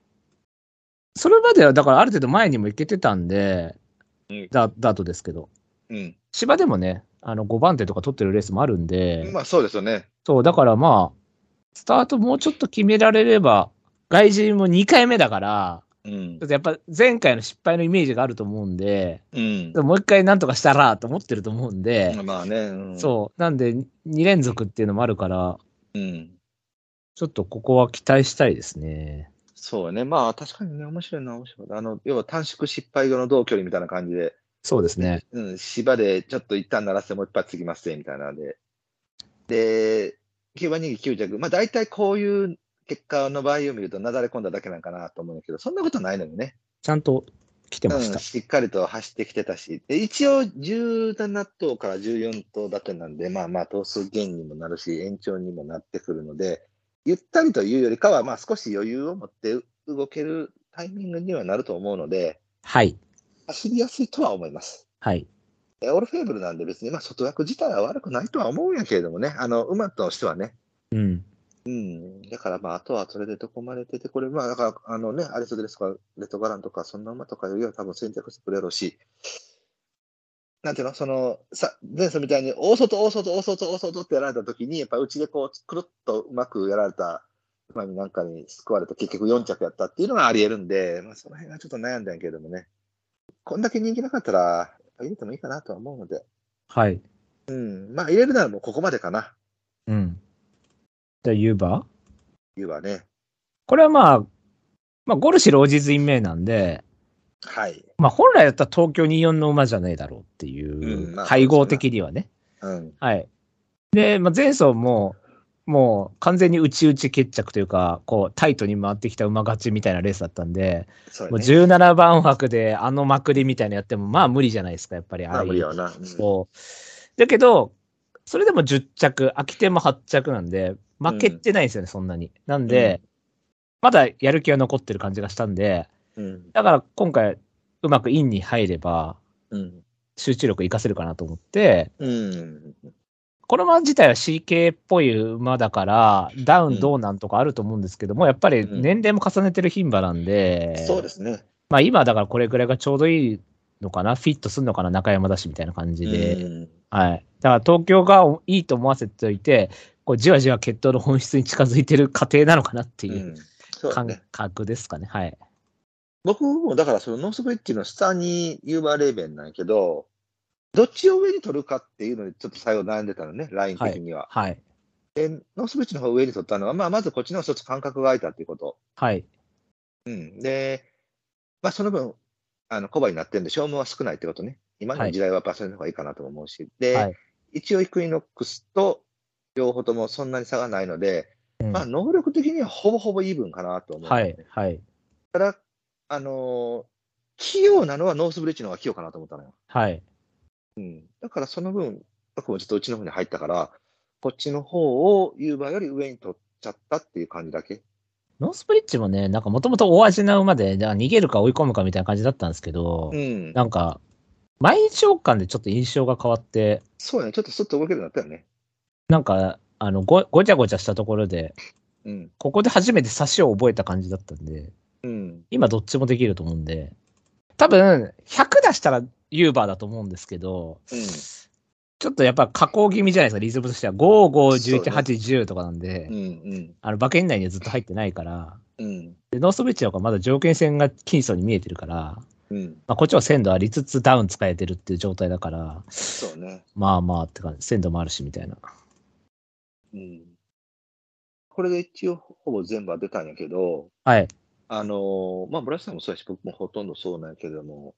Speaker 3: それまでは、だからある程度前にも行けてたんで、
Speaker 4: うん
Speaker 3: ダダートですけど、
Speaker 4: うん。
Speaker 3: 芝でもね、あの5番手とか取ってるレースもあるんで、
Speaker 4: まあそうですよね。
Speaker 3: そう、だからまあ、スタートもうちょっと決められれば、外人も2回目だから、
Speaker 4: うん
Speaker 3: ちょ。っとやっぱ前回の失敗のイメージがあると思うんで、
Speaker 4: うん。
Speaker 3: もう一回なんとかしたらと思ってると思うんで、
Speaker 4: まあね。うん、
Speaker 3: そう、なんで2連続っていうのもあるから、
Speaker 4: うん。
Speaker 3: ちょっとここは期待したいですね。
Speaker 4: そうやね。まあ確かにね、面白いな、面白いな。あの、要は短縮失敗後の同距離みたいな感じで、
Speaker 3: そうですね。
Speaker 4: うん、芝でちょっと一旦鳴らしてもう一発つきますね、みたいなんで。で、9番人気9着。まあ大体こういう結果の場合を見ると、なだれ込んだだけなんかなと思うんだけど、そんなことないのよね。
Speaker 3: ちゃんと来てま
Speaker 4: う
Speaker 3: し
Speaker 4: ん、
Speaker 3: た。
Speaker 4: しっかりと走ってきてたし、で一応17頭から14頭だけなんで、まあまあ、頭数減にもなるし、延長にもなってくるので、ゆったりというよりかは、まあ少し余裕を持って動けるタイミングにはなると思うので、
Speaker 3: はい。
Speaker 4: 走りやすいとは思います。
Speaker 3: はい。
Speaker 4: えオールフェーブルなんで別に、まあ外枠自体は悪くないとは思うんやけれどもね、あの、馬としてはね。
Speaker 3: うん。
Speaker 4: うん。だからまあ、あとはそれでどこまで出て、これ、まあ、だから、あのね、アリストテレスとか、レトガランとか、そんな馬とかよりは多分選択してくれるやろうし、なんていうの、その、さ、前走みたいに、大外、大外、大外、大外ってやられた時に、やっぱうちでこう、くるっとうまくやられた、馬になんかに救われて、結局4着やったっていうのはあり得るんで、まあ、その辺はちょっと悩んだんやけれどもね、こんだけ人気なかったら、やっぱ入れてもいいかなとは思うので、
Speaker 3: はい。
Speaker 4: うん、まあ、入れるならもうここまでかな、
Speaker 3: うん。じゃあ、ユーバー
Speaker 4: いうはね。
Speaker 3: これはまあ、まあ、ゴルシロージズインメイなんで、
Speaker 4: はい。
Speaker 3: まあ、本来だったら東京24の馬じゃねえだろうって
Speaker 4: う
Speaker 3: い
Speaker 4: ん
Speaker 3: う、
Speaker 4: まあ
Speaker 3: 配合的にはね。
Speaker 4: うん。
Speaker 3: はい。で、まあ、前走も、もう完全に内々決着というか、こう、タイトに回ってきた馬勝ちみたいなレースだったんで、
Speaker 4: そうや
Speaker 3: もう
Speaker 4: ね。
Speaker 3: 17番枠であのまくりみたいなのやっても、まあ無理じゃないですか、やっぱり。あ
Speaker 4: ま
Speaker 3: あ
Speaker 4: あ
Speaker 3: いう
Speaker 4: 無理やわな。うん
Speaker 3: そう。だけど、それでも10着、空き手も8着なんで、負けてないんですよね、そんなに。なんで、まだやる気が残ってる感じがしたんで、
Speaker 4: うん。
Speaker 3: だから今回、うまくインに入れば、
Speaker 4: うん。
Speaker 3: 集中力活かせるかなと思って、
Speaker 4: うん。
Speaker 3: この馬自体は CK っぽい馬だから、ダウン、どうなんとかあると思うんですけども、やっぱり年齢も重ねてる牝馬なんで、
Speaker 4: そうですね。
Speaker 3: まあ今だからこれぐらいがちょうどいいのかな、フィットするのかな、中山だしみたいな感じで、
Speaker 4: うん
Speaker 3: はい。だから東京がいいと思わせておいて、こうじわじわ決闘の本質に近づいてる過程なのかなって
Speaker 4: う。
Speaker 3: いうん
Speaker 4: そうです
Speaker 3: 感
Speaker 4: ね。
Speaker 3: 覚ですかね。はい。
Speaker 4: 僕もだからそのノースブリッジの下にユーバーレーベンなんやけど、どっちを上に取るかっていうのにちょっと最後悩んでたのね、ライン的には。
Speaker 3: はい。
Speaker 4: ノースブリッジの方を上に取ったのは、まあ、まずこっちの方が一つ間隔が空いたっていうこと。
Speaker 3: はい。
Speaker 4: うん。で、まあ、その分、あの、コバになってるんで、消耗は少ないってことね。今の時代はやっぱそれの方がいいかなとも思うし。で、
Speaker 3: はい
Speaker 4: 一応イクイノックスと両方ともそんなに差がないので、
Speaker 3: うん
Speaker 4: まあ、能力的にはほぼほぼイーブンかなと思う。
Speaker 3: はい。はい。
Speaker 4: ただ、あのー器用なのはノースブリッジの方が器用かなと思ったのよ。
Speaker 3: はい。
Speaker 4: うん。だからその分、僕もちょっとうちの方に入ったから、こっちの方をユーバーより上に取っちゃったっていう感じだけ。
Speaker 3: ノースプリッチもね、なんかもともと大味な馬で、じゃあ逃げるか追い込むかみたいな感じだったんですけど、
Speaker 4: うん。
Speaker 3: なんか、毎日召喚でちょっと印象が変わって、
Speaker 4: そうやね。ちょっとスッと動けるようになったよね。
Speaker 3: なんか、あのご、ごちゃごちゃしたところで、
Speaker 4: うん。
Speaker 3: ここで初めて差しを覚えた感じだったんで、
Speaker 4: うん。
Speaker 3: 今どっちもできると思うんで、多分、100出したらユーバーだと思うんですけど、
Speaker 4: うん
Speaker 3: ちょっとやっぱ加工気味じゃないですか、リズムとしては。5、5、11、
Speaker 4: そうね
Speaker 3: 8、10とかなんで、
Speaker 4: うん。
Speaker 3: あの、馬券内にはずっと入ってないから、
Speaker 4: うん。
Speaker 3: で、ノーストブリッジの方がまだ条件線が金層に見えてるから、ま
Speaker 4: うん。
Speaker 3: あ、こっちは鮮度ありつつダウン使えてるっていう状態だから、
Speaker 4: そうね。
Speaker 3: まあまあって感じ、鮮度もあるしみたいな。
Speaker 4: うん。これで一応ほぼ全部は出たんやけど、
Speaker 3: はい。
Speaker 4: あのーまあ、村瀬さんもそうやし、僕もほとんどそうなんやけども、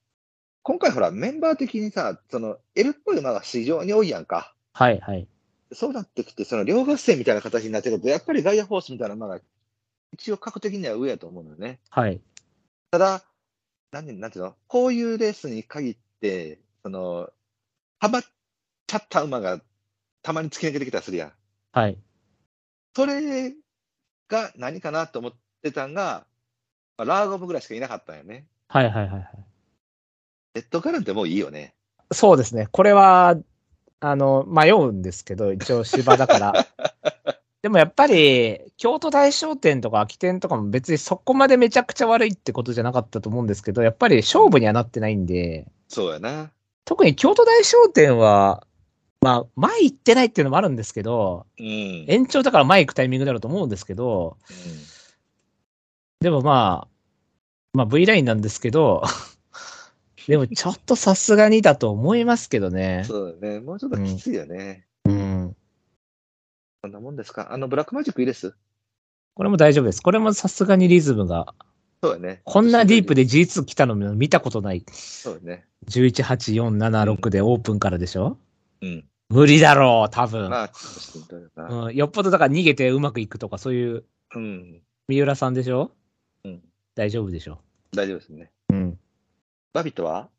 Speaker 4: 今回ほら、メンバー的にさ、その、L っぽい馬が非常に多いやんか。
Speaker 3: はい、はい。
Speaker 4: そうなってきて、その両合戦みたいな形になってくると、やっぱりガイアフォースみたいな馬が、一応格的には上やと思うのよね。
Speaker 3: はい。
Speaker 4: ただ、なんで、なんていうのこういうレースに限って、その、はまっちゃった馬がたまに突き抜けてきたりするやん。
Speaker 3: はい。
Speaker 4: それが何かなと思ってたんが、まあラーゴムぐらいしかいなかったんよね。
Speaker 3: はい、はい、はいはい。
Speaker 4: レッドカランってもういいよね。
Speaker 3: そうですね。これは、あの、迷うんですけど、一応芝だ から。でもやっぱり、京都大商店とか空き店とかも別にそこまでめちゃくちゃ悪いってことじゃなかったと思うんですけど、やっぱり勝負にはなってないんで、
Speaker 4: そうやな。
Speaker 3: 特に京都大商店は、まあ、前行ってないっていうのもあるんですけど、
Speaker 4: うん。
Speaker 3: 延長だから前行くタイミングだろうと思うんですけど、でもまあ、まあ V ラインなんですけ ど、でもちょっとさすがにだと思いますけどね。
Speaker 4: そうだね。もうちょっときついよね。
Speaker 3: うん。
Speaker 4: こんなもんですか。あの、ブラックマジックいいです。
Speaker 3: これも大丈夫です。これもさすがにリズムが。
Speaker 4: そうやね。
Speaker 3: こんなディープで G2 来たの見たことない。
Speaker 4: そうやね。
Speaker 3: 11、8、4、7、6でオープンからでしょ、
Speaker 4: うん。
Speaker 3: 無理だろう、多分、
Speaker 4: まあ、ちょっとしんどいよな。
Speaker 3: うん。よっぽどだから逃げてうまくいくとか、そういう
Speaker 4: うん。
Speaker 3: 三浦さんでしょ
Speaker 4: うん。
Speaker 3: 大丈夫でしょ
Speaker 4: 大丈夫ですね。
Speaker 3: うん。
Speaker 4: バビットは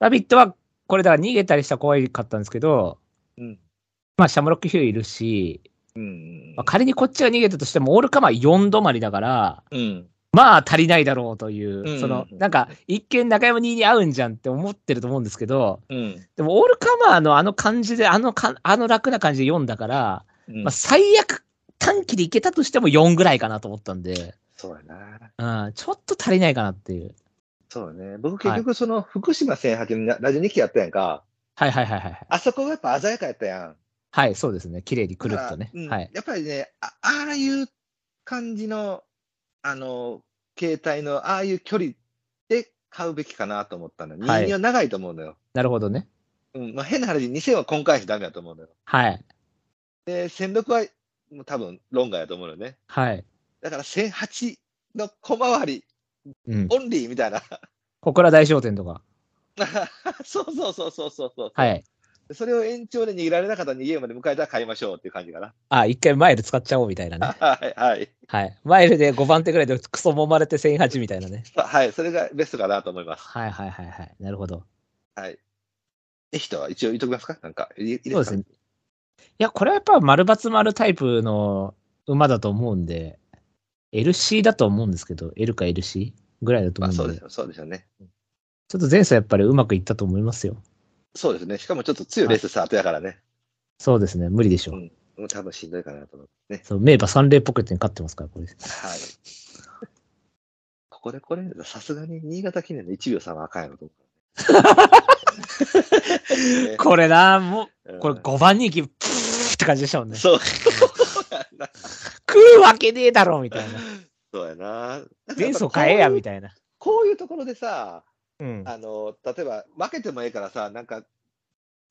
Speaker 3: ラビットは、これだから逃げたりしたら怖かったんですけど、
Speaker 4: うん。
Speaker 3: まあ、シャムロックヒューいるし、
Speaker 4: うん
Speaker 3: まあ、仮にこっちが逃げたとしても、オールカマー4止まりだから、
Speaker 4: うん。
Speaker 3: まあ足りないだろうという、
Speaker 4: うん
Speaker 3: その、なんか、一見中山2に合うんじゃんって思ってると思うんですけど、
Speaker 4: うん。
Speaker 3: でも、オールカマーのあの感じで、あのか、あの楽な感じで読んだから、
Speaker 4: うん
Speaker 3: まあ、最悪短期でいけたとしても4ぐらいかなと思ったんで、
Speaker 4: そうやな。
Speaker 3: うん、ちょっと足りないかなっていう。
Speaker 4: そうね。僕結局その福島1008のラジオ2期やったやんか。
Speaker 3: はいはいはいはいはい。
Speaker 4: あそこがやっぱ鮮やかやったやん。
Speaker 3: はい、そうですね。綺麗にくるっとね
Speaker 4: だからう。ん
Speaker 3: はい。
Speaker 4: やっぱりね、あああいう感じの、あの、携帯の、ああいう距離で買うべきかなと思ったの。
Speaker 3: はい
Speaker 4: 人間は長いと思うのよ。
Speaker 3: なるほどね。
Speaker 4: うん。まあ、変な話、2000は今回しダメだと思うのよ。
Speaker 3: はい。
Speaker 4: で、1006は、もう多分、論外だと思うのよね。
Speaker 3: はい。
Speaker 4: だから、1008の小回り、
Speaker 3: うん。
Speaker 4: オンリーみたいな。
Speaker 3: 小倉大商店とか。
Speaker 4: そうそうそうそうそうそう。
Speaker 3: はい。
Speaker 4: それを延長で逃げられなかった逃げまで迎えたら買いましょうっていう感じかな。
Speaker 3: あ、一回マイル使っちゃおうみたいなね。
Speaker 4: はい、はい。
Speaker 3: はい。マイルで5番手ぐらいでクソ揉まれて1008みたいなね。
Speaker 4: はい、それがベストかなと思います。
Speaker 3: はいはいはいはい。なるほど。
Speaker 4: はい。え、人は一応言っときますかなんか、いいいです
Speaker 3: そう
Speaker 4: か
Speaker 3: ですね。いや、これはやっぱ丸×丸タイプの馬だと思うんで、 LC だと思うんですけど、L か LC ぐらいだと
Speaker 4: まあ、
Speaker 3: 思
Speaker 4: そうう
Speaker 3: の
Speaker 4: で
Speaker 3: で、
Speaker 4: しょう、そうでしょうね。
Speaker 3: ちょっと前走やっぱりうまくいったと思いますよ。
Speaker 4: そうですね。しかもちょっと強いレースした後やからね。
Speaker 3: そうですね、無理でしょう。
Speaker 4: うんもう多分しんどいかなと思ってね。
Speaker 3: そう名馬三連ポケットに勝ってますから、これ。
Speaker 4: はい。ここでこれ、さすがに新潟記念の1秒3はあかんやろと思う、ね
Speaker 3: これな、も
Speaker 4: うん
Speaker 3: う、これ5番人気、プーって感じでしたもんね。
Speaker 4: そう。
Speaker 3: 食うわけねえだろ、みたいな。
Speaker 4: そうやな。
Speaker 3: 前走変えや、み
Speaker 4: たいな。
Speaker 3: たいな。
Speaker 4: こういうところでさ、
Speaker 3: うん。
Speaker 4: あの、例えば、負けてもええからさ、なんか、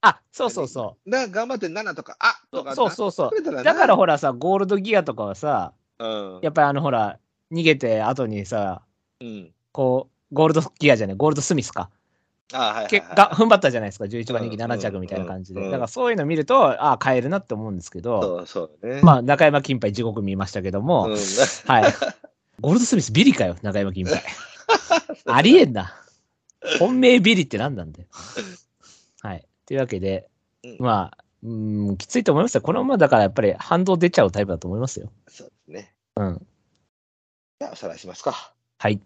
Speaker 3: あ、そうそうそ
Speaker 4: な頑張って7とか、あと
Speaker 3: う。
Speaker 4: か、
Speaker 3: そうそうそう
Speaker 4: な。取れた
Speaker 3: だ
Speaker 4: な
Speaker 3: からほらさ、ゴールドギアとかはさ、
Speaker 4: うん。
Speaker 3: やっぱりあのほら、逃げて後にさ、
Speaker 4: うん。
Speaker 3: こう、ゴールドギアじゃない、ゴールドスミスか。
Speaker 4: あはいはいはい
Speaker 3: けが踏ん張ったじゃないですか、11番人気
Speaker 4: うん
Speaker 3: 7着みたいな感じで。
Speaker 4: うん
Speaker 3: だからそういうの見ると、ああ、変えるなって思うんですけど、
Speaker 4: そうそうね。
Speaker 3: まあ、中山金杯地獄見ましたけども、
Speaker 4: う
Speaker 3: は
Speaker 4: ん、
Speaker 3: い。ゴールドスミスビリかよ、中山金 杯。ありえんな。本命ビリって何なんだよ。はい。というわけで
Speaker 4: うん、
Speaker 3: まあ、うーん、きついと思いますよ。このままだからやっぱり反動出ちゃうタイプだと思いますよ。
Speaker 4: そうですね。
Speaker 3: うん。
Speaker 4: じゃあ、おさらいしますか。
Speaker 3: はい。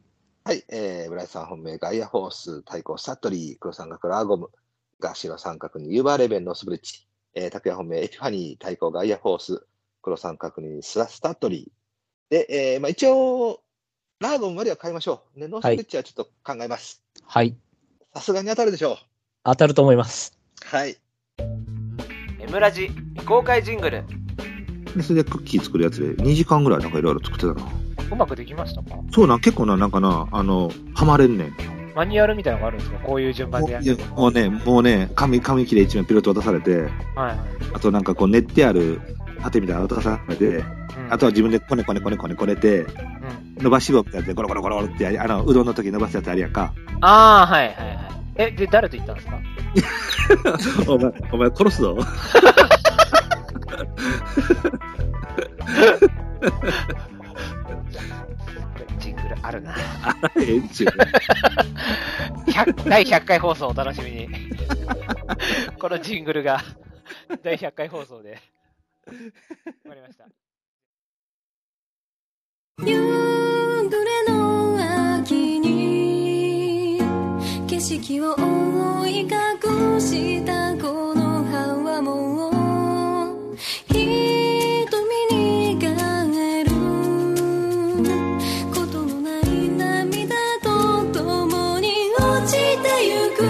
Speaker 4: はい。えー、村井さん本命、ガイアフォース、対抗サトリー、黒三角ラーゴム、ガシの三角にユーバーレベンのスブリッチ、えー、拓也本命、エピファニー、対抗ガイアフォース、黒三角にスラスタトリー。で、えー、まあ一応、ラーゴムまでは買いましょう。ね、ノースブリッチはちょっと考えます。
Speaker 3: はい。
Speaker 4: さすがに当たるでしょう。
Speaker 3: 当たると思います。
Speaker 4: はい。
Speaker 6: エムラジ未公開ジングル
Speaker 7: でそれでクッキー作るやつで2時間ぐらいなんかいろいろ作ってたな。
Speaker 8: うまくできましたか
Speaker 7: そうなん、結構な、なんかな、あの、ハマれんねん。
Speaker 8: マニュアルみたいなのがあるんですかこういう順番
Speaker 7: もう
Speaker 8: でや
Speaker 7: いや
Speaker 8: る。
Speaker 7: もうね、もうね、紙、紙切れ一枚ピロット渡されて、
Speaker 8: はい。
Speaker 7: あとなんかこう練ってある縦みたいなの渡されて、
Speaker 8: うん
Speaker 7: あとは自分でこねこねこねこねこねて、
Speaker 8: うん
Speaker 7: 伸ばし棒ってやってゴロゴロゴロってやりあの、うどんの時伸ばすやつあるやんか。
Speaker 8: ああ、はいはいはい。え、で、誰と行ったんですか
Speaker 7: お前、お前殺すぞ。
Speaker 8: ジングルあるな。
Speaker 7: ええっちゅうね。
Speaker 8: 100第100回放送お楽しみに。このジングルが、第100回放送で。わかりました。
Speaker 9: 夕暮れの秋に景色を覆い隠したこの葉はもう瞳に変えることのない涙と共に落ちてゆく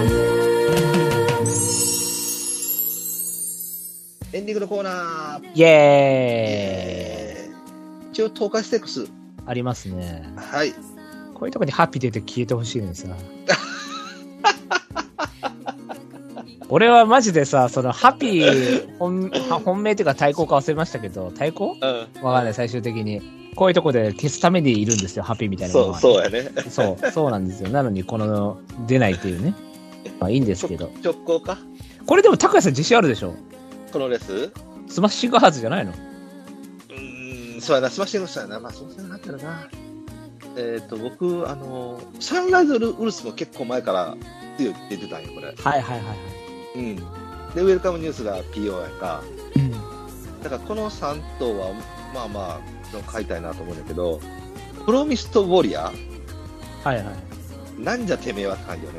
Speaker 4: エンディングのコーナー。
Speaker 3: イエーイ
Speaker 4: 一応、東海ステークス。
Speaker 3: ありますね。
Speaker 4: はい。
Speaker 3: こういうとこにハッピー出て消えてほしいのに さ。俺はマジでさ、そのハッピー本は本命っていうか対抗か忘れましたけど、対抗
Speaker 4: うん。
Speaker 3: わかんない、最終的に。こういうとこで消すためにいるんですよ、ハッピーみたいなもの
Speaker 4: そう、
Speaker 3: は
Speaker 4: そうやね。
Speaker 3: そう、そうなんですよ。なのに、この、出ないっていう ね。まあいいんですけど。
Speaker 4: 直行か
Speaker 3: これでも、高橋さん自信あるでしょ
Speaker 4: このレース
Speaker 3: スマッシングハーツじゃないの
Speaker 4: うーん、そうやな、スマッシングしたやな。まあ、そうせんなってるな。えっ、と、僕、あの、サンライズウルスも結構前から強いって言ってたんよ、これ。
Speaker 3: はいはいはいはい。
Speaker 4: うん。で、ウェルカムニュースが PO やんか。
Speaker 3: うん
Speaker 4: だから、この3頭は、まあまあ、買いたいなと思うんだけど、プロミストウォリアー
Speaker 3: はいはい。
Speaker 4: なんじゃてめえはって感じよね。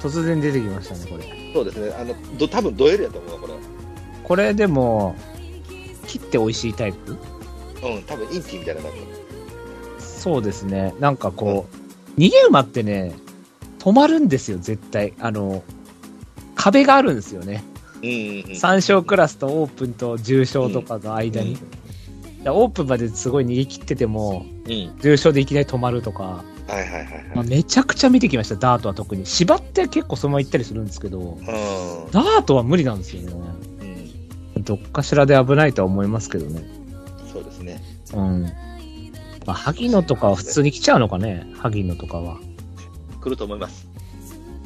Speaker 3: 突然出てきましたね、これ。
Speaker 4: そうですね。あの、ど多分ドエルやと思うわ、これ。
Speaker 3: これでも、切って美味しいタイプ
Speaker 4: うん、多分インティみたいな感じ。
Speaker 3: そうですね。なんかこう、逃げ馬ってね、止まるんですよ、絶対。あの、壁があるんですよね。
Speaker 4: うん、うん、うん。
Speaker 3: 3勝クラスとオープンと重賞とかの間に。
Speaker 4: うん
Speaker 3: だからオープンまですごい逃げ切ってても、
Speaker 4: うん。
Speaker 3: 重賞でいきなり止まるとか、
Speaker 4: はいはいはい
Speaker 3: まあ、めちゃくちゃ見てきました、ダートは特に。芝って結構そのまま行ったりするんですけど、
Speaker 4: はい。
Speaker 3: ダートは無理なんですよね。
Speaker 4: うん。うん。
Speaker 3: どっかしらで危ないとは思いますけどね。
Speaker 4: そうですね。
Speaker 3: うん。まあ、萩野とかは普通に来ちゃうのかね、萩野とかは。
Speaker 4: 来ると思います。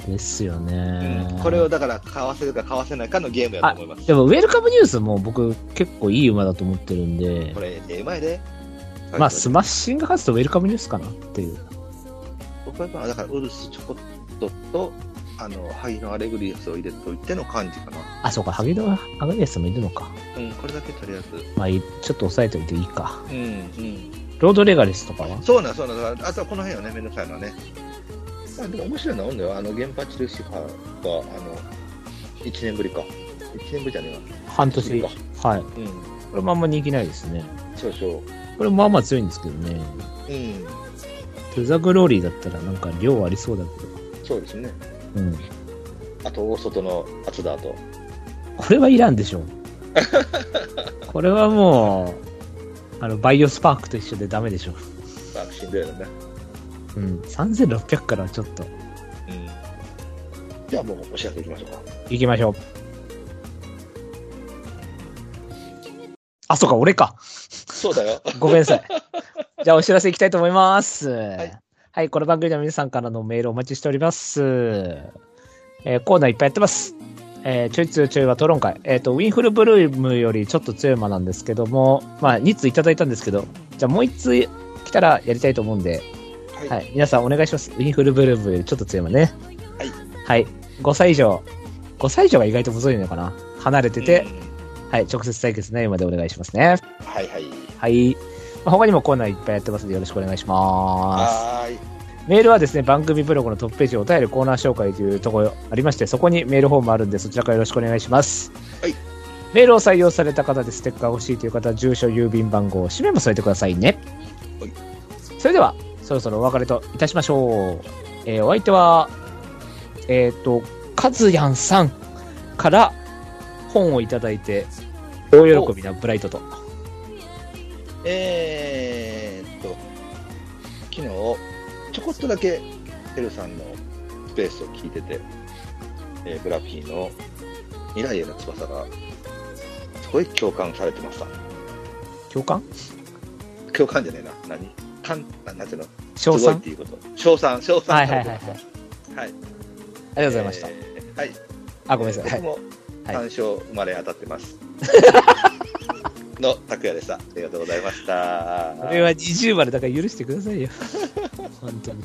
Speaker 3: ですよ
Speaker 4: う
Speaker 3: ね
Speaker 4: ん。これをだから、買わせるか買わせないかのゲームやと思います。
Speaker 3: でも、ウェルカムニュースも僕結構いい馬だと思ってるんで
Speaker 4: こ、れ、ええ前で。
Speaker 3: まあ、スマッシングハーツとウェルカムニュースかなっていう。
Speaker 4: 僕はまあだから、ウルスちょこっとと、あの、萩のアレグリアスを入れといての感じかな。
Speaker 3: あ、そうか、萩野は、アガリアスもいるのか。
Speaker 4: うん、これだけとりあえず。
Speaker 3: まあ、いちょっと抑えておいていいか。
Speaker 4: うん、うん。
Speaker 3: ロードレガレスとかは
Speaker 4: そうなんそうなんあとはこの辺よね、めんどくさいのはね。まあ、でも面白いのはおんだよ。あの、原発ルシファーが、あの、1年ぶりか。1年ぶりじゃねえわ。
Speaker 3: 半年。
Speaker 4: か
Speaker 3: はい。
Speaker 4: うん、
Speaker 3: これもあんま人気ないですね。
Speaker 4: そうそう。
Speaker 3: これもあんま強いんですけどね。
Speaker 4: うん、
Speaker 3: トゥザグローリーだったらなんか量ありそうだけ
Speaker 4: そうですね。
Speaker 3: ど。うん。
Speaker 4: あと、大外の厚田と。
Speaker 3: これはいらんでし ょ。これはもう、あの、バイオスパークと一緒でダメでしょ。
Speaker 4: まあ、しんどいよね。
Speaker 3: うん。3600からはちょっと、
Speaker 4: うん。じゃあもうお知らせいきましょうか。
Speaker 3: 行きましょう。あ、そうか、俺か。
Speaker 4: そうだ よ。
Speaker 3: ごめんなさい。じゃあお知らせいきたいと思います。はいい、この番組では皆さんからのメールをお待ちしております。えーコーナーいっぱいやってます。えーちょい強いちょいは討論会。えっ、と、ウィンフルブルームよりちょっと強い馬なんですけども、まあ、2通いただいたんですけど、じゃあもう1通来たらやりたいと思うんで、
Speaker 4: はい
Speaker 3: はい、皆さんお願いします。ウィンフルブルームよりちょっと強い馬ね。
Speaker 4: はい。
Speaker 3: はい、5歳以上。5歳以上が意外とむずいのかな。離れてて、はい、直接対決ないまでお願いしますね。
Speaker 4: うんはいはい。
Speaker 3: はい。まあ他にもコーナーいっぱいやってますので、よろしくお願いします。
Speaker 4: はーい。
Speaker 3: メールはですね、番組ブログのトップページ、お便りコーナー紹介というところありまして、そこにメールフォームあるんで、そちらからよろしくお願いします。
Speaker 4: はい
Speaker 3: メールを採用された方でステッカー欲しいという方は、住所、郵便番号、氏名も添えてくださいね。
Speaker 4: はい
Speaker 3: それでは、そろそろお別れといたしましょう。えーお相手は、えっ、と、カズヤンさんから本をいただいて、大喜びなブライトと。
Speaker 4: えーっと、昨日、ちょこっとだけ、ペルさんのスペースを聞いてて、えーブラッキーの未来への翼が、すごい共感されてました。
Speaker 3: 共感
Speaker 4: 共感じゃねえな。何感あなんていうの
Speaker 3: 賞
Speaker 4: すごい
Speaker 3: 賛
Speaker 4: っていうこと。賞賛、賞賛。
Speaker 3: はいはいはいはい。
Speaker 4: はい。あり
Speaker 3: ありがとうございました。
Speaker 4: はい。
Speaker 3: あ、ごめんなさい。はい
Speaker 4: 僕も単勝生まれ当たっ てます。の拓也でした。ありがとうございました。
Speaker 3: これは二重丸だから許してくださいよ。本当に。